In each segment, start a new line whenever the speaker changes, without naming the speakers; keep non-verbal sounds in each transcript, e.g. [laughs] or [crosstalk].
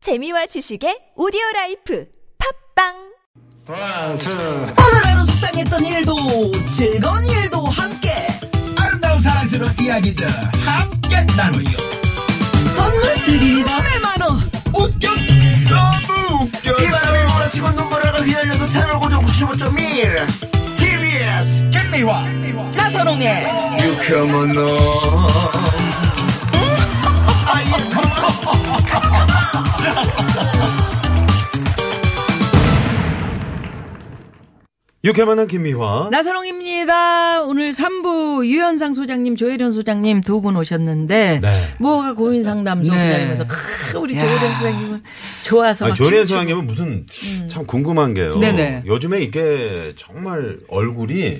재미와 지식의 오디오 라이프 팝빵
One, two.
오늘 하루 속상했던 일도 즐거운 일도 함께
아름다운 사랑스러운 이야기들 함께 나누요
선물 드립니다 100만원
웃겨 너무 웃겨
바람이 몰아치고 눈보라가 휘날려도 채널 고정 95.1 TBS
김미화
나선홍의
유쾌만한 김미화.
나선홍입니다 오늘 3부 유현상 소장님 조혜련 소장님 두 분 오셨는데
네.
무허가 고민 상담소
네.
기다리면서 크, 우리 조혜련 소장님은 좋아서
아니,
막
조혜련
춤추고. 음.
소장님은 무슨 참 궁금한 게요.
네네.
요즘에 이게 정말 얼굴이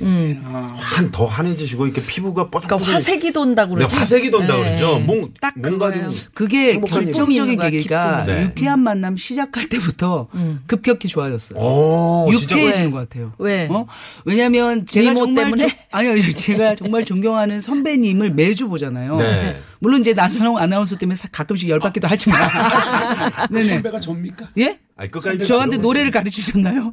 한 더 환해지시고 이렇게 피부가 뽀짝뽀짝.
음. 그러니까 화색이 돈다고
네,
그러죠
화색이 돈다 그러죠. 뭔,
딱
뭔가
뭐 그거예요.
좀
그게
행복한
결정적인
기쁨이 있는 거야,
계기가
기쁨이. 네.
유쾌한 만남 시작할 때부터 급격히 좋아졌어요.
오, 진짜
그렇죠.
유쾌해진 것 같아요.
왜?
어? 왜냐면 제가
미모
정말
때문에?
조- 아니요, 제가 정말 존경하는 선배님을 매주 보잖아요.
네.
물론 이제 나선홍 아나운서 때문에 사- 가끔씩 열받기도 하지만.
[laughs]
네네.
선배가 접니까?
예?
아니, 끝까지
저한테
들어보세요.
노래를
[laughs]
가르치셨나요?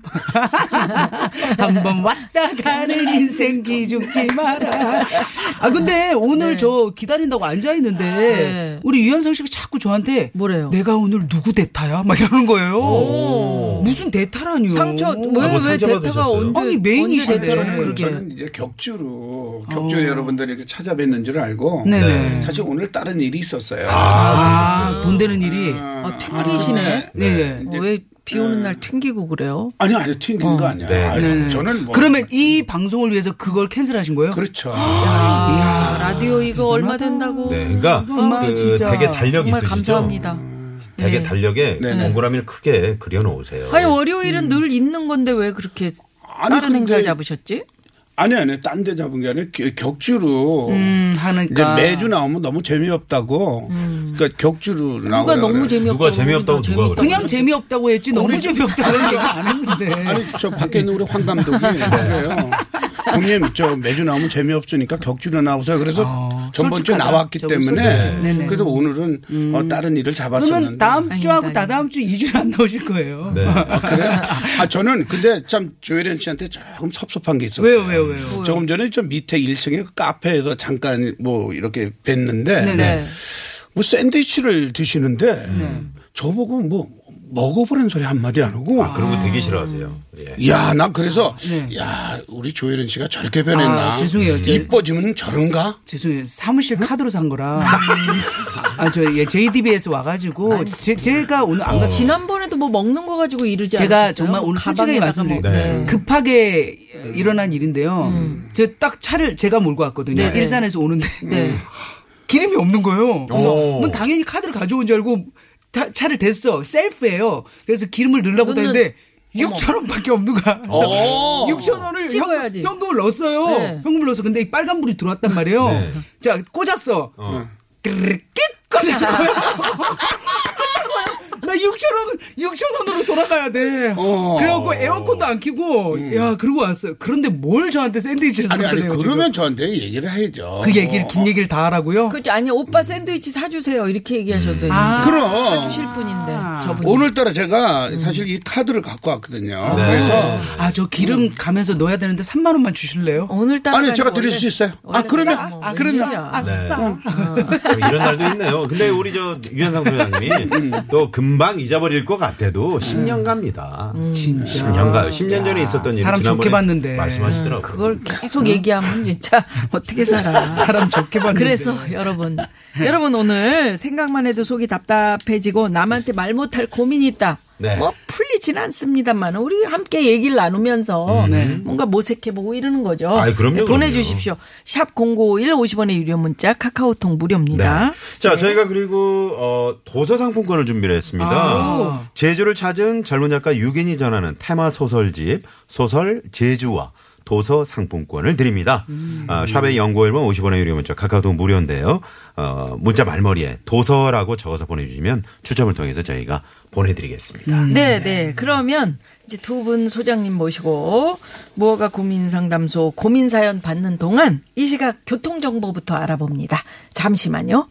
한번 왔다
네.
가는 인생 기죽지 마라. 아 근데 오늘 저 기다린다고 앉아 있는데
네.
우리 유현상 씨가 자꾸 저한테
뭐래요?
내가 오늘 누구 대타야? 막 이러는 거예요. 무슨 대타라니요?
상처
아, 뭐
왜왜
상처가
대타가
되셨어요?
언제
아니, 메인이신데.
언제 대타를
저는
그러게 어.
저는 이제 격주로 격주 로 여러분들이 이렇게 찾아뵙는 줄 알고
음.
네네.
사실 오늘 다른 일이 있었어요.
네.
아, 돈 되는 일이.
아, 튕기시네
네.
네.
뭐 왜 비 오는 날 튕기고 그래요?
아니 아니 튕긴
어.
거 아니야.
네.
아니,
네.
저는 뭐
그러면 이 방송을 위해서 그걸 캔슬하신 거예요?
그렇죠.
아, 라디오 이거 얼마 된다고.
네, 그러니까
엄마,
그
진짜.
되게 달력
음, 정말
있으시죠?
감사합니다.
되게
네.
달력에
네.
동그라미를 크게 그려놓으세요.
아니
음,
월요일은 늘 있는 건데 왜 그렇게
아니,
다른
근데-
행사를 잡으셨지?
아니 아니 딴 데 잡은 게 아니라 겨- 격주로
음,
그러니까.
하니까.
이제 매주 나오면 너무 재미없다고. 그러니까 격주로 나오고.
음. 누가 너무 재미없다고
누가 재미없다고
그러는데
누가
재밌다고
그냥 재미없다고 했지 너무 재미없다고 얘기 안 했는데.
[laughs] 아니 저 밖에 있는 우리 황 감독이
네.
그래요. 형님 저 매주 나오면 재미없으니까 격주로 나오세요. 그래서
어,
전번 주에
솔직하다.
나왔기
저분
때문에
솔직해. 네네. 음.
그래서 오늘은 어, 다른 일을
그러면
잡았었는데.
다음
아닙니다,
주하고
아닙니다.
다다음 주 2주는 안 나오실 거예요.
네.
아, 그래요? 아 저는 근데 참 조혜련 씨한테 조금 섭섭한 게 있었어요.
왜요, 왜요, 왜요?
조금 전에 저 밑에 1층에 그 카페에서 잠깐 뭐 이렇게 뵀는데
네네. 네.
뭐 샌드위치를 드시는데 저보고 뭐 먹어보라는 소리 한마디 안 하고
아, 그런 거 되게 싫어하세요. 예.
야, 나 그래서
네.
야, 우리 조혜련 씨가 저렇게 변했나?
아, 죄송해요. 제-
이뻐지면 저런가?
죄송해요. 사무실 카드로 산 거라.
음.
아, 저, 예, JDBS 와가지고, 제, 제가 오늘 안 가, 지
지난번에도 뭐 먹는 거 가지고 이러지
제가
않았어요? 뭐.
정말 오늘 솔직하게 말씀드릴게요.
네.
급하게 일어난 일인데요. 저 딱 차를 제가 몰고 왔거든요.
음. 네네.
일산에서 오는데.
네.
[laughs] 기름이 없는 거예요. 그래서
오.
뭐 당연히 카드를 가져온 줄 알고 다- 차를 댔어. 셀프예요. 그래서 기름을 넣으려고
넣는-
했는데 6천 원밖에 없는 거야. 그래서 6천 원을
찍어야지.
현금, 을 넣었어요.
네.
현금을 넣어서 근데 이 빨간 불이 들어왔단 말이에요.
네.
자 꽂았어. 드르륵 꺼낸 거야. 나 6천 원, 6천 원으로 돌아가야 돼.
어. 음.
그래갖고 에어컨도 안 켜고, 야, 그러고 왔어요. 그런데 뭘 저한테 샌드위치를
아니 아니
사달래요,
그러면 어. 저한테 얘기를 해야죠.
지금. 그 얘기를, 긴 얘기를 다 하라고요?
그렇지 아니 오빠 샌드위치 사주세요 이렇게 얘기하셔도
아.
그럼
사주실 분인데 저분
어, 오늘따라 제가 사실 이 카드를 갖고 왔거든요. 그래서
아, 저 기름
음.
가면서 넣어야 되는데 3만 원만 주실래요?
오늘따라
아니 제가 드릴 수 있어요. 아 그러면
뭐
아,
그러면 음,
아,
네.
싸.
참뭐 이런 날도 있네요. 근데
음.
우리 저 유현상 소장님이 또 금방 잊어버릴 것 같아도 10년 갑니다.
음. 진짜.
10년 가요. 10년 전에 있었던 일
사람 좋게 봤는데.
말씀하시더라고요.
그걸 계속 얘기하면 진짜 [laughs] 어떻게 살아
사람 좋게 봤는데.
그래서 여러분, 여러분 오늘 생각만 해도 속이 답답해지고 남한테 말 못할 고민이 있다.
네.
뭐 풀리진 않습니다만 우리 함께 얘기를 나누면서
네.
뭔가 모색해 보고 이러는 거죠. 네,
아이, 그럼요, 그럼요.
보내주십시오. 샵 #051 50원의 유료 문자 카카오톡
네.
무료입니다.
자, 저희가 그리고 어, 도서 상품권을 준비를 했습니다.
아.
제주를 찾은 젊은 작가 유겐이 전하는 테마 소설집 소설 제주와 도서 상품권을 드립니다. 아, 샵의 연구 1번 50원의 유료 문자 카카오톡 무료인데요. 어, 문자 말머리에 도서라고 적어서 보내주시면 추첨을 통해서 저희가 보내드리겠습니다.
네, 네. 그러면 이제 두 분 소장님 모시고 무허가 고민 상담소 고민 사연 받는 동안 이 시각 교통 정보부터 알아봅니다. 잠시만요.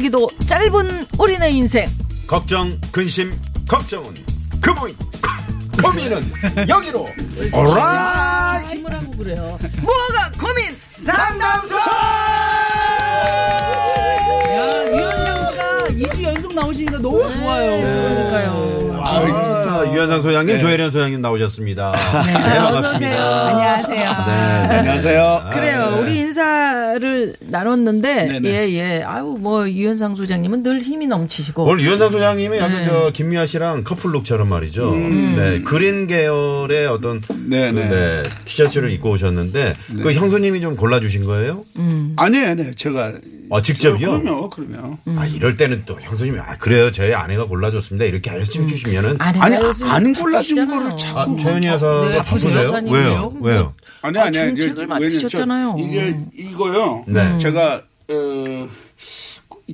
우리도 짧은 우리네 인생.
걱정, 근심, 걱정은 [laughs] 그분 고민은 여기로.
아, 침을 하고 그래요. 뭐가 고민 상담소!
야, 유현상 씨가 2주 연속 나오시니까 너무 좋아요.
네. 그러니까요.
아, 유현상 소장님,
네.
조혜련 소장님 나오셨습니다.
아,
네, 반갑습니다.
안녕하세요.
네, 네.
안녕하세요.
그래요. 우리 인사를 나눴는데,
네네.
예, 예. 아유, 뭐, 유현상 소장님은 늘 힘이 넘치시고.
오늘 유현상 소장님이
네.
약간 저 김미아 씨랑 커플룩처럼 말이죠.
음.
네, 그린 계열의 어떤
네,
그,
네.
네, 티셔츠를 입고 오셨는데 그 형수님이 좀 골라주신 거예요?
음.
아니에요, 아니에요. 제가.
아, 직접이요?
그럼요, 그럼요.
아
음.
이럴 때는 또 형수님이 아 그래요 저희 아내가 골라줬습니다 이렇게 말씀 주시면은 아,
아내가
아니,
네, 요즘
안 골라준
음. 바쁘시잖아요.
거를 자꾸.
최현희 여사가
네,
바쁘세요?
여사님이요.
왜요? 왜요?
아니,
아,
아니, 아니.
중책을
이게
맡으셨잖아요. 음.
저- 이게, 이거요.
네.
제가, 어,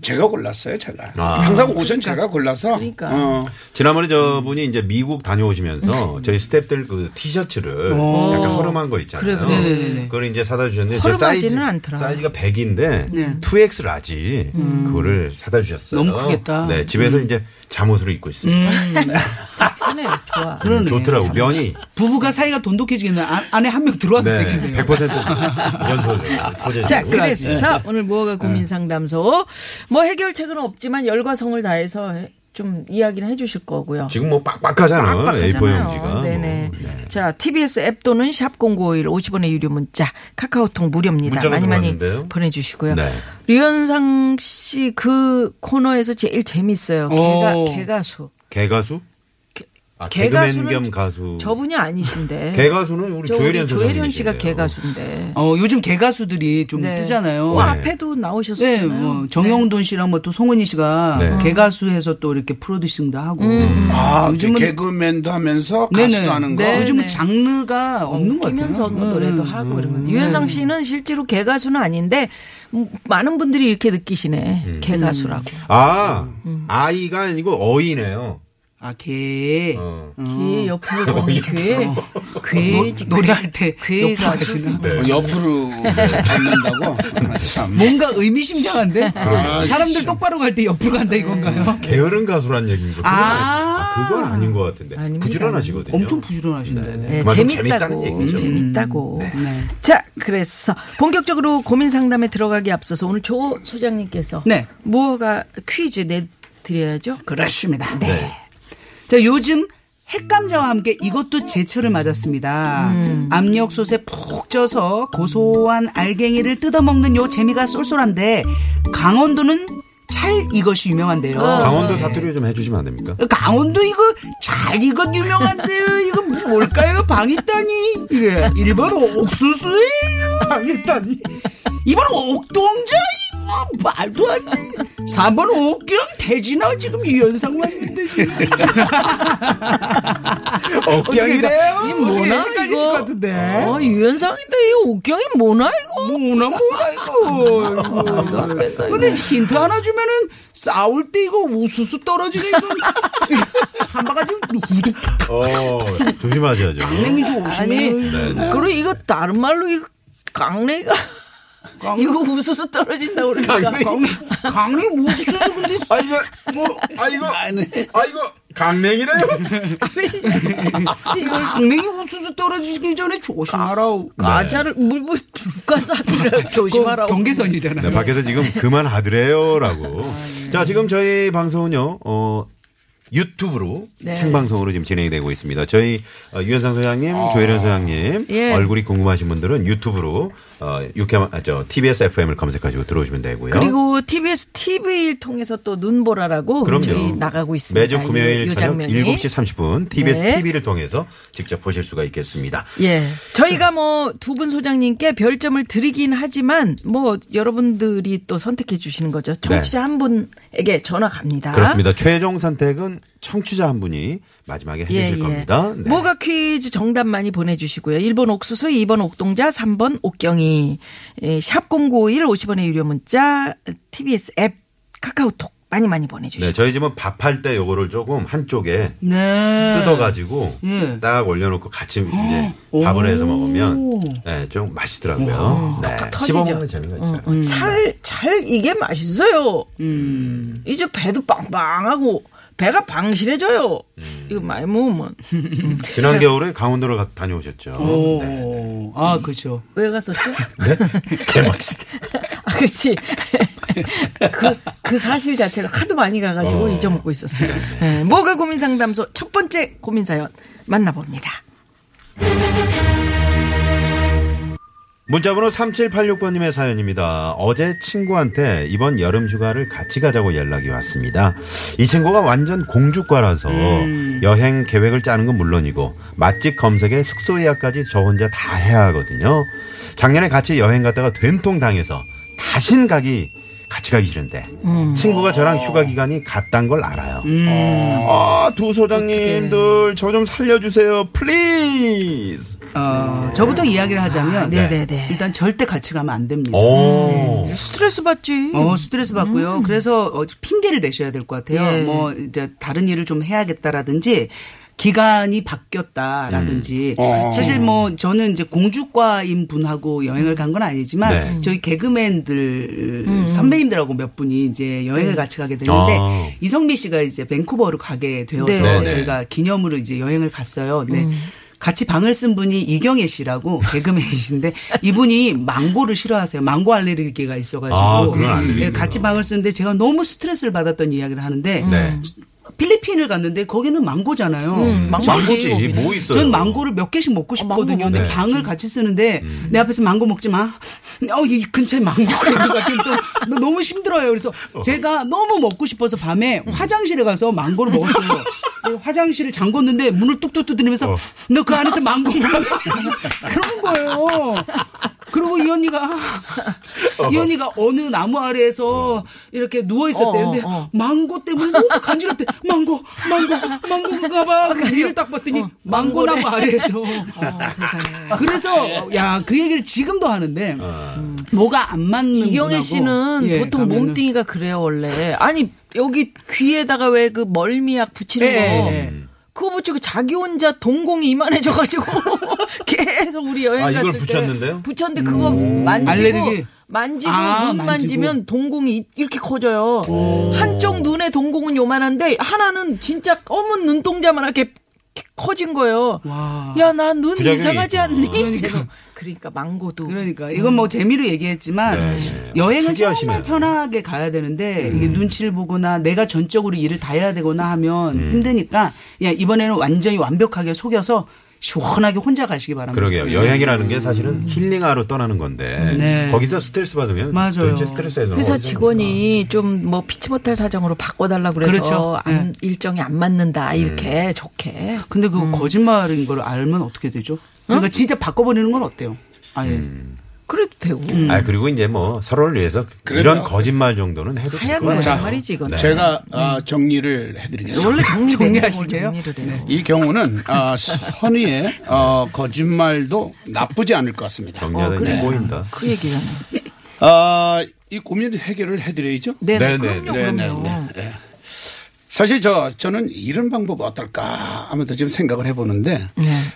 제가 골랐어요, 제가.
아.
항상 옷은 제가 골라서.
그러니까.
어.
지난번에 저분이 이제 미국 다녀오시면서 저희 스탭들 그 티셔츠를 약간 허름한 거 있잖아요.
그래, 네, 그래.
그걸 이제 사다 주셨는데 제
허름하지는
사이즈,
않더라. 네. 음.
사이즈가 100인데 2X 라지 그거를 사다 주셨어요.
너무 크겠다.
네, 집에서 이제 잠옷으로 입고
음.
있습니다.
편해요. 좋아.
음, 좋더라고 면이
부부가 사이가 돈독해지겠네. 아, 안에 한 명 들어와도
네,
되겠네요.
100% 이런 소재, 소재.
자,
네.
그래서 오늘 무허가 고민 상담소. 뭐 해결책은 없지만 열과 성을 다해서 좀 이야기를 해 주실 거고요.
지금 뭐 빡빡하잖아요. A4
빡빡하잖아요.
용지가.
네네.
뭐, 네.
자, TBS 앱 또는 샵 0951 50원의 유료 문자, 카카오톡 무료입니다.
문자가
많이 많이
들어왔는데요.
보내주시고요.
네.
류현상 씨 그 코너에서 제일 재밌어요. 개가,
오.
개가수.
개가수? 아, 개그맨
개가수는
겸 가수.
저분이
[laughs]
아니신데.
개가수는 우리
저
조혜련 소장님.
조혜련 씨가 개가수인데.
어, 요즘 개가수들이 좀
네.
뜨잖아요.
뭐
네.
앞에도
네,
나오셨잖아요.
뭐 정영돈 씨랑 뭐 또 송은이 씨가
네.
개가수해서 또 이렇게 프로듀싱도 하고.
아, 그 개그맨도 하면서 가수도
네네.
하는 거.
네, 요즘은
네.
장르가 없는 것
웃기면서
같아요. 음,
뭐 노래도 하고 이런 건
네.
유현상 씨는 실제로 개가수는 아닌데 음, 많은 분들이 이렇게 느끼시네
음.
개가수라고
아,
음.
아이가 아니고 어이네요.
아, 개.
어.
음.
개 옆으로
[laughs]
보는 괴 괴,
노래할 때
괴
어, 옆으로
가수
가시나?
어,
네.
옆으로 잡는다고? 아, 참.
뭐?
뭔가 [laughs] 의미심장한데?
아,
사람들 똑바로 갈 때 옆으로 간다 이건가요?
게으른 가수란 얘기인 거.
아.
아, 그건 아닌 것 같은데.
아닙니다.
부지런하시거든요.
엄청 부지런하신데.
네,
그만큼 재밌다는
재밌다고
얘기죠. 음. 네.
재밌다고 네. 자 그래서 본격적으로 고민 상담에 들어가기 앞서서 오늘 조 소장님께서
네.
무허가 퀴즈 내 드려야죠
그렇습니다. 네. 자, 요즘 핵감자와 함께 이것도 제철을 맞았습니다. 압력솥에 푹 쪄서 고소한 알갱이를 뜯어먹는 요 재미가 쏠쏠한데 강원도는 찰 이것이 유명한데요.
어.
강원도 사투리 좀 해주시면 안
[laughs]
됩니까?
강원도 이거 잘 이것 유명한데요. 이거 뭐 뭘까요? 방이따니. 이래. 1번 옥수수예요. 방이따니. 2번 옥동자. 이거 뭐 말도 안 돼. 3번 옥기랑 돼지나 지금 이 연상 왔는데.
억경이래요?
이 뭐나
헷갈리실
이거
것 같은데.
어, 유현상인데 이 옷경이 뭐나 이거
뭐나 뭐나 이거. 이거. 근데 힌트 하나 주면은 싸울 때 이거 우수수 떨어지네 이거. 한 바가지 우둑
어, 조심하셔야죠.
냉이 조심해.
아니
네,
그리고 이거 다른 말로 이 강내가 이거 웃어서 떨어진다 고 그러니까
강릉 강릉 무슨 근데
아, 이거, 뭐, 아, 이거,
네.
아, 이거, 강냉이래요?
강냉이 우수수 떨어지기 전에 조심하라.
과자를 물물 불가사리를 [laughs] 그 조심하라고
네,
경계선이잖아요.
밖에서 지금 그만하더래요라고. 자, 지금 저희 방송은요, 어, 유튜브로
네.
생방송으로 지금 진행이 되고 있습니다. 저희 어, 유현상 소장님, 조혜련 소장님
예.
얼굴이 궁금하신 분들은 유튜브로 어, 육회 아, 저 TBS FM을 검색하시고 들어오시면 되고요.
그리고 TBS TV를 통해서 또 눈보라라고
그럼요.
저희 나가고 있습니다.
매주
이-
금요일
이
저녁
장면이.
7시 30분 TBS
네.
TV를 통해서 직접 보실 수가 있겠습니다.
예. 저희가 뭐 두 분 소장님께 별점을 드리긴 하지만 뭐 여러분들이 또 선택해 주시는 거죠. 청취자 한 분에게 전화 갑니다.
네. 그렇습니다. 최종 선택은 청취자 한 분이 마지막에 해주실 겁니다. 네.
예, 뭐가 퀴즈 정답 많이 보내주시고요. 1번 옥수수, 2번 옥동자, 3번 예, 옥경이. 샵0951 50원의 유료 문자, TBS 앱, 카카오톡 많이 많이 보내주시죠.
네, 저희 집은 밥할 때 요거를 조금 한쪽에
네.
뜯어가지고
예.
딱 올려놓고 같이 이제 밥을 해서 먹으면 네, 좀 맛있더라고요. 네,
터지죠.
씹어먹는 재미가 있어요.
찰, 찰 음. 이게 맛있어요.
음.
이제 배도 빵빵하고 배가 방실해져요.
음.
이거 많이 먹으면
지난 겨울에 강원도를 가- 다녀오셨죠.
오.
네.
아, 그렇죠.
왜 갔었죠?
[laughs] 개맛있게.
아, 그렇지. 그, 그 사실 자체를 하도 많이 가가지고
어.
잊어먹고 있었어요. 예, 뭐가 고민 상담소 첫 번째 고민 사연 만나봅니다.
문자번호 3786번님의 사연입니다. 어제 친구한테 이번 여름 휴가를 같이 가자고 연락이 왔습니다. 이 친구가 완전 공주과라서 여행 계획을 짜는 건 물론이고 맛집 검색에 숙소 예약까지 저 혼자 다 해야 하거든요. 작년에 같이 여행 갔다가 된통 당해서 다신 가기 같이 가기 싫은데 친구가 저랑 휴가 기간이 같단 걸 알아요. 아 두 소장님들 저 좀 살려주세요, 플리즈.
어, 저부터 이야기를 하자면
네.
네네네.
일단 절대 같이 가면 안 됩니다.
오.
스트레스 받지.
어, 스트레스 받고요. 그래서 어, 핑계를 내셔야 될 것 같아요.
예.
뭐 이제 다른 일을 좀 해야겠다라든지 기간이 바뀌었다라든지
어.
사실 뭐 저는 이제 공주과인 분하고 여행을 간 건 아니지만
네.
저희 개그맨들 선배님들하고 몇 분이 이제 여행을 같이 가게 됐는데
아.
이성미 씨가 이제 밴쿠버로 가게 되어서
네.
네, 네.
저희가 기념으로 이제 여행을 갔어요. 근데 같이 방을 쓴 분이 이경혜 씨라고 개그맨이신데 이분이 망고를 싫어하세요. 망고 알레르기가 있어가지고
아, 그건 안 되겠네요.
예, 같이 방을 쓰는데 제가 너무 스트레스를 받았던 이야기를 하는데
네.
필리핀을 갔는데 거기는 망고잖아요.
음, 망고지.
망고지 뭐 있어요?
전 망고를 몇 개씩 어, 먹고 싶거든요. 근데
먹네. 음.
방을 같이 쓰는데 내 앞에서 망고 먹지 마. 어, 이 근처에 망고가 있는 것 같아서 나 너무 힘들어요. 그래서 제가 너무 먹고 싶어서 밤에
음.
화장실에 가서 망고를
[laughs]
먹었어요. 근데 화장실을 잠궜는데 문을 뚝뚝 두드리면서
어.
너 그 안에서 망고 먹어. [laughs] 그런 거예요. 그리고 이 언니가 이 언니가 어느 나무
어.
아래에서 이렇게 누워 있었대.
어, 어,
근데
어.
망고 때문에 너무 간지럽대. 망고, 망고, 망고가 봐. 위를 딱 봤더니 망고 나무 아래에서.
어, 세상에.
그래서 야 그 얘기를 지금도 하는데
어.
뭐가 안 맞는 예,
이경혜 씨는 보통 예, 몸뚱이가 그래요 원래. 아니 여기 귀에다가 왜 그 멀미약 붙이는
예,
거.
예.
그거 붙이고 자기 혼자 동공이 이만해져가지고 [laughs] 계속 우리 여행
아,
갔을
이걸
때
붙였는데요?
붙였는데 그거 만지고
알레르기?
만지고
아,
눈
만지고.
만지면 동공이 이- 이렇게 커져요. 한쪽 눈의 동공은 요만한데 하나는 진짜 검은 눈동자만하게 커진 거예요.
와.
야 나 눈
부작용이
이상하지
있구나.
않니?
그러니까.
그래서 그러니까 망고도
그러니까 이건 뭐 재미로 얘기했지만
네.
여행은
특이하시네요. 음.
정말 편하게 가야 되는데 이게 눈치를 보거나 내가 전적으로 일을 다 해야 되거나 하면
음.
힘드니까 그냥 이번에는 완전히 완벽하게 속여서 시원하게 혼자 가시기 바랍니다.
그러게요. 여행이라는 게 사실은 힐링하러 떠나는 건데
네.
거기서 스트레스 받으면
맞아요.
도대체 스트레스에서
회사
어디서
직원이 좀 뭐 피치 못할 사정으로 바꿔달라 그래서
그렇죠.
안- 일정이 안 맞는다
음.
이렇게 좋게
근데 그 거짓말인 걸 알면 어떻게 되죠? 그러니까 진짜 바꿔버리는 건 어때요? 아예.
음.
그래도 되고
그런가? 아 그리고 이제 뭐 서로를 위해서 이런 거짓말 정도는 해도
하얀
될것 같아요.
거짓말이지 이건
[laughs] 제가 아, 정리를 해드리겠습니다.
원래 정리되는 걸
정리하실래요?
정리를 해요.
이 경우는 아, 선의의 어, 거짓말도 나쁘지 않을 것 같습니다.
정리하다 니 보인다.
그 얘기잖아요.
아, 이 고민 해결을 해드려야죠.
네네.
네네 그럼요
네, 네,
그럼요.
네, 네. 사실 저 저는 이런 방법 어떨까 하면서 지금 생각을 해보는데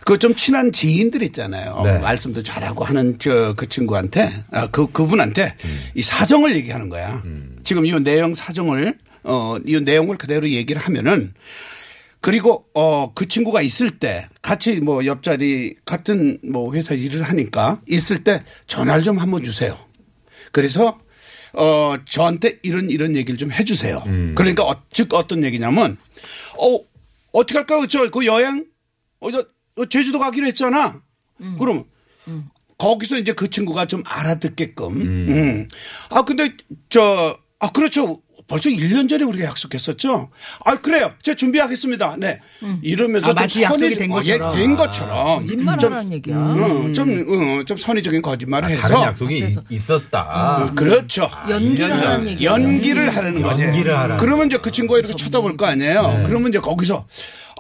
그 좀 친한 지인들 있잖아요
네.
말씀도 잘하고 하는 저 그 친구한테 아, 그 그분한테 이 사정을 얘기하는 거야 지금 이 내용 사정을 어 이 내용을 그대로 얘기를 하면은 그리고 어 그 친구가 있을 때 같이 뭐 옆자리 같은 뭐 회사 일을 하니까 있을 때 전화를 좀 한번 주세요. 그래서 어 저한테 이런 이런 얘기를 좀 해주세요. 그러니까 어, 즉 어떤 얘기냐면 어 어떻게 할까 저그 여행 어저 제주도 가기로 했잖아. 그럼 거기서 이제 그 친구가 좀 알아듣게끔. 음. 아, 근데 저, 아, 그렇죠. 벌써 1년 전에 우리가 약속했었죠. 아, 그래요. 제가 준비하겠습니다. 네. 이러면서
아,
좀
마치 약속이 된
어, 예,
것처럼. 아,
된 것처럼.
거짓말하라는 얘기야.
음, 좀, 음, 좀 선의적인 거짓말을 해서.
아, 다른 약속이 아. 있었다.
어, 그렇죠.
연기를
일년
하는
전.
얘기.
네. 연기를 하라는 거지.
연기를 하라는 네.
그러면 이제 그 친구가 이렇게 쳐다볼 거 아니에요. 그러면 이제 거기서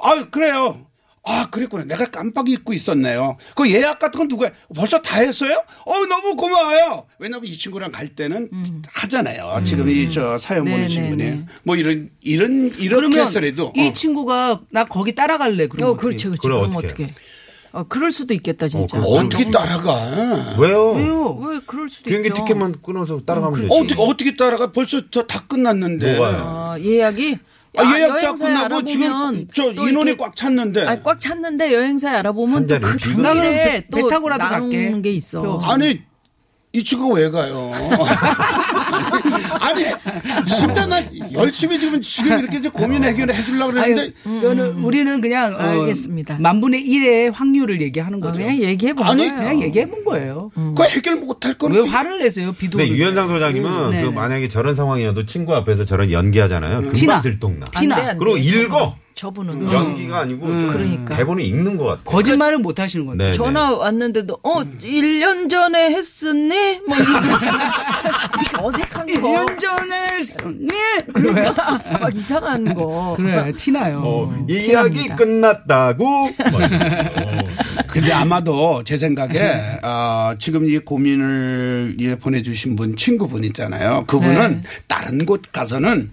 아 그래요. 아, 그랬구나. 내가 깜빡 잊고 있었네요. 그 예약 같은 건 누가 해? 벌써 다 했어요? 어, 너무 고마워요. 왜냐면 이 친구랑 갈 때는 하잖아요.
음.
지금 이 저 사연 보는
음. 네,
친구는
네, 네.
뭐 이런 이런 이렇게
그러면
해서라도
이
어.
친구가 나 거기 따라갈래 그러면
어, 그렇지, 그렇지.
그럼
그럼
어떡해.
어떻게? 어, 그럴 수도 있겠다 진짜. 어,
어, 그럼
어떻게 따라가?
왜요?
왜요?
왜 그럴 수도
비행기
있죠. 음,
티켓만 끊어서 따라가면 되지.
어떻게 네. 어떻게 따라가? 벌써 다, 다 끝났는데.
뭐가요?
아, 예약이
아,
야,
예약 다
여행사에
끝나고 지금
알아보면
저
또
인원이
이렇게-
꽉 찼는데.
아니, 꽉 찼는데 여행사에 알아보면
한
또
자리를
그
비우고.
나는
당일에
배- 배
또
타고라도
나오는
갈게.
게
배
있어.
없어.
아니 이 친구가 왜 가요? [laughs] 아니 진짜 난 열심히 지금 지금 이렇게 이제 고민 해결을 해주려고
아유, 음,
그랬는데
저는 우리는 그냥 어,
음, 알겠습니다.
만분의 일의 확률을 얘기하는
어,
거죠.
그냥 얘기해 본
아니,
거예요.
그냥 얘기해 본 거예요.
그거 해결 못할 거는
왜
그-
화를 내세요? 비도
근데
오는데.
유현상
음,
소장님은
네,
그
네.
만약에 저런 상황이어도 친구 앞에서 저런 연기하잖아요. 금방
티나.
들통나.
안 돼, 안
티나.
돼.
그리고 읽어.
저분은
음. 연기가 아니고 좀
그러니까.
대본을 읽는 것 같아.
거짓말을 못 하시는 건데.
네, 네.
전화 왔는데도 어 1년 전에 했었니? 뭐 이런 [laughs] 어색한 거.
1년 전에 했었니?
막 이상한 거.
그래, 네, 티나요.
어, 이 이야기 끝났다고. 뭐 이런 거.
근데 아마도 제 생각에 어, 지금 이 고민을 예, 보내주신 분 친구분 있잖아요. 그분은
네.
다른 곳 가서는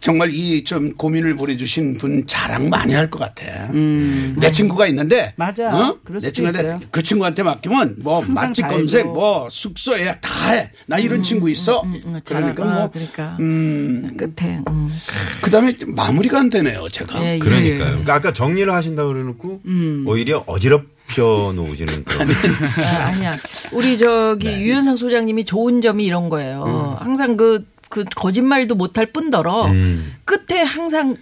정말 이 좀 고민을 보내주신 분 자랑 많이 할 것 같아. 내 친구가 있는데
음. 맞아.
어?
그럴
내
수도
친구한테
있어요.
그 친구한테 맡기면 뭐
항상
맛집
다
검색,
해줘.
뭐 숙소 예약 다 해. 나 이런 친구 있어.
음, 잘하-
그러니까
아,
뭐
그러니까.
음,
끝에. 음.
그다음에 마무리가 안 되네요, 제가.
예, 예.
그러니까요. 그러니까 아까 정리를 하신다고 그래놓고 오히려 어지럽혀 놓으시는 그런.
아, 아니야. 우리 저기
네.
유현상 소장님이 좋은 점이 이런 거예요.
음.
항상 그, 그 거짓말도 못할 뿐더러
음.
끝에 항상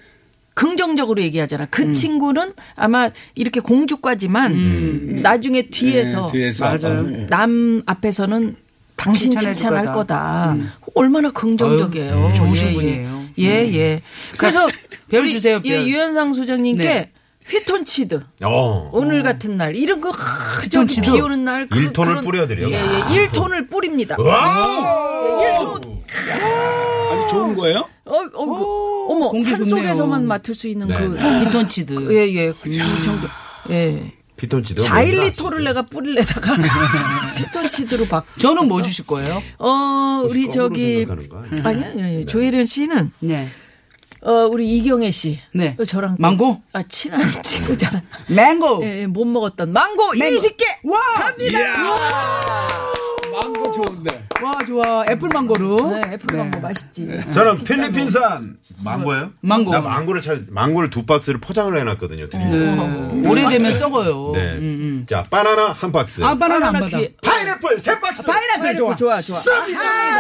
긍정적으로 얘기하잖아. 그
음.
친구는 아마 이렇게 공주까지만
음.
나중에 뒤에서,
네, 뒤에서. 맞아요.
어, 남 앞에서는 당신
칭찬해줄
칭찬할
거다. 음.
거다. 얼마나 긍정적이에요.
아유, 음. 좋으신
예, 예.
분이에요.
예, 예.
[laughs]
그래서
별
우리
주세요,
예,
별.
유현상 소장님께
네.
휘톤치드
어.
오늘 같은 날 이런 거 하, 저기 비 오는 날 그-
일 톤을 뿌려드려요? 아,
예, 예, 1톤을 뿌립니다.
와우!
아주 좋은 거예요?
어, 어, 그, 어머
공기 좋네요.
산
아,
속에서만 맡을 수 있는
네,
그
네.
비톤치드.
예, 예. 그 정도. 예.
피톤치드.
자일리토를 내가
[laughs]
뿌릴래다가 피톤치드로 박.
저는 뭐 주실 거예요?
어, 우리
거꾸로
저기
생각하는 거야?
아니 아니 아니. 조혜련 씨는
네.
어, 우리 이경혜 씨.
네.
어, 저랑
망고?
아, 친한 친구잖아.
망고.
예, 예, 못 먹었던 망고, 네, 20개.
와!
갑니다.
망고 좋은데.
와, 좋아. 애플 망고로.
네, 애플 망고 맛있지.
저는 필리핀산 망고예요.
망고.
나 망고를 차려 망고를 두 박스를 포장을 해놨거든요. 드리려고.
네. 오래되면 썩어요.
네. 자 바나나 한 박스.
아, 바나나 안
바나나
받아.
귀에-
파인애플 세 박스.
파인애플 좋아.
좋아, 좋아.
아,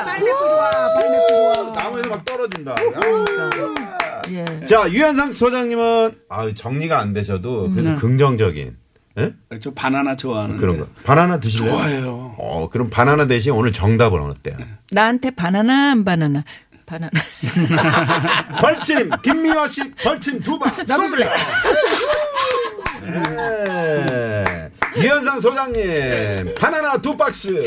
파인애플 좋아. 파인애플 좋아. 나무에서 막 떨어진다. 아.
예.
자 유현상 소장님은 아 정리가 안 되셔도 그래도 긍정적인 예?
저 바나나 좋아하는데.
그런 거. 바나나 드실래요?
좋아요. 네.
어 그럼 바나나 대신 오늘 정답을 어때요?
나한테 바나나 안 바나나. 바나나. [laughs]
벌침 김미화 씨 벌침 두 방. 나무술래. 네. 유현상 소장님 바나나 두 박스.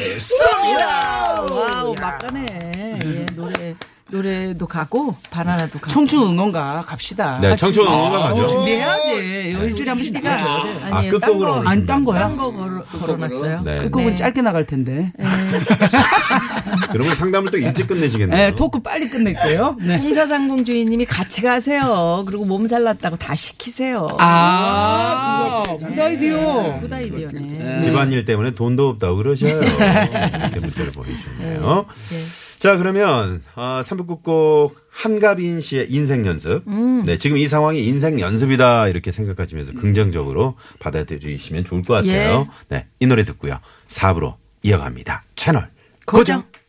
와우, 막가네. 예, 노래 노래도 가고 바나나도 가고.
청춘 응원가 갑시다. 어,
네 청춘 응원가죠.
준비해야지. 어, 일주일에 한 번씩 나가야 돼.
아니에요.
아, 끝곡으로
딴 거,
오늘
안 딴 거야? 그
딴거 걸어, 걸어놨어요.
네.
끝곡은
네.
짧게 나갈 텐데. 네,
그러면 상담을 또 일찍 끝내시겠네요.
토크 빨리 끝낼게요. 네.
공사상공 주인님이 같이 가세요. 그리고 몸살 났다고 다 시키세요.
아.
아, 굿 아이디어.
굿 아이디어네. 네.
집안일 때문에 돈도 없다고 그러셔요. 이렇게 문자를 보내주셨네요. 자, 그러면, 아, 3북극곡 한가빈 씨의 인생 연습.
음.
네, 지금 이 상황이 인생 연습이다. 이렇게 생각하시면서 긍정적으로
예.
받아들이시면 좋을 것 같아요. 네, 이 노래 듣고요. 4부로 이어갑니다. 채널 고정.
고정.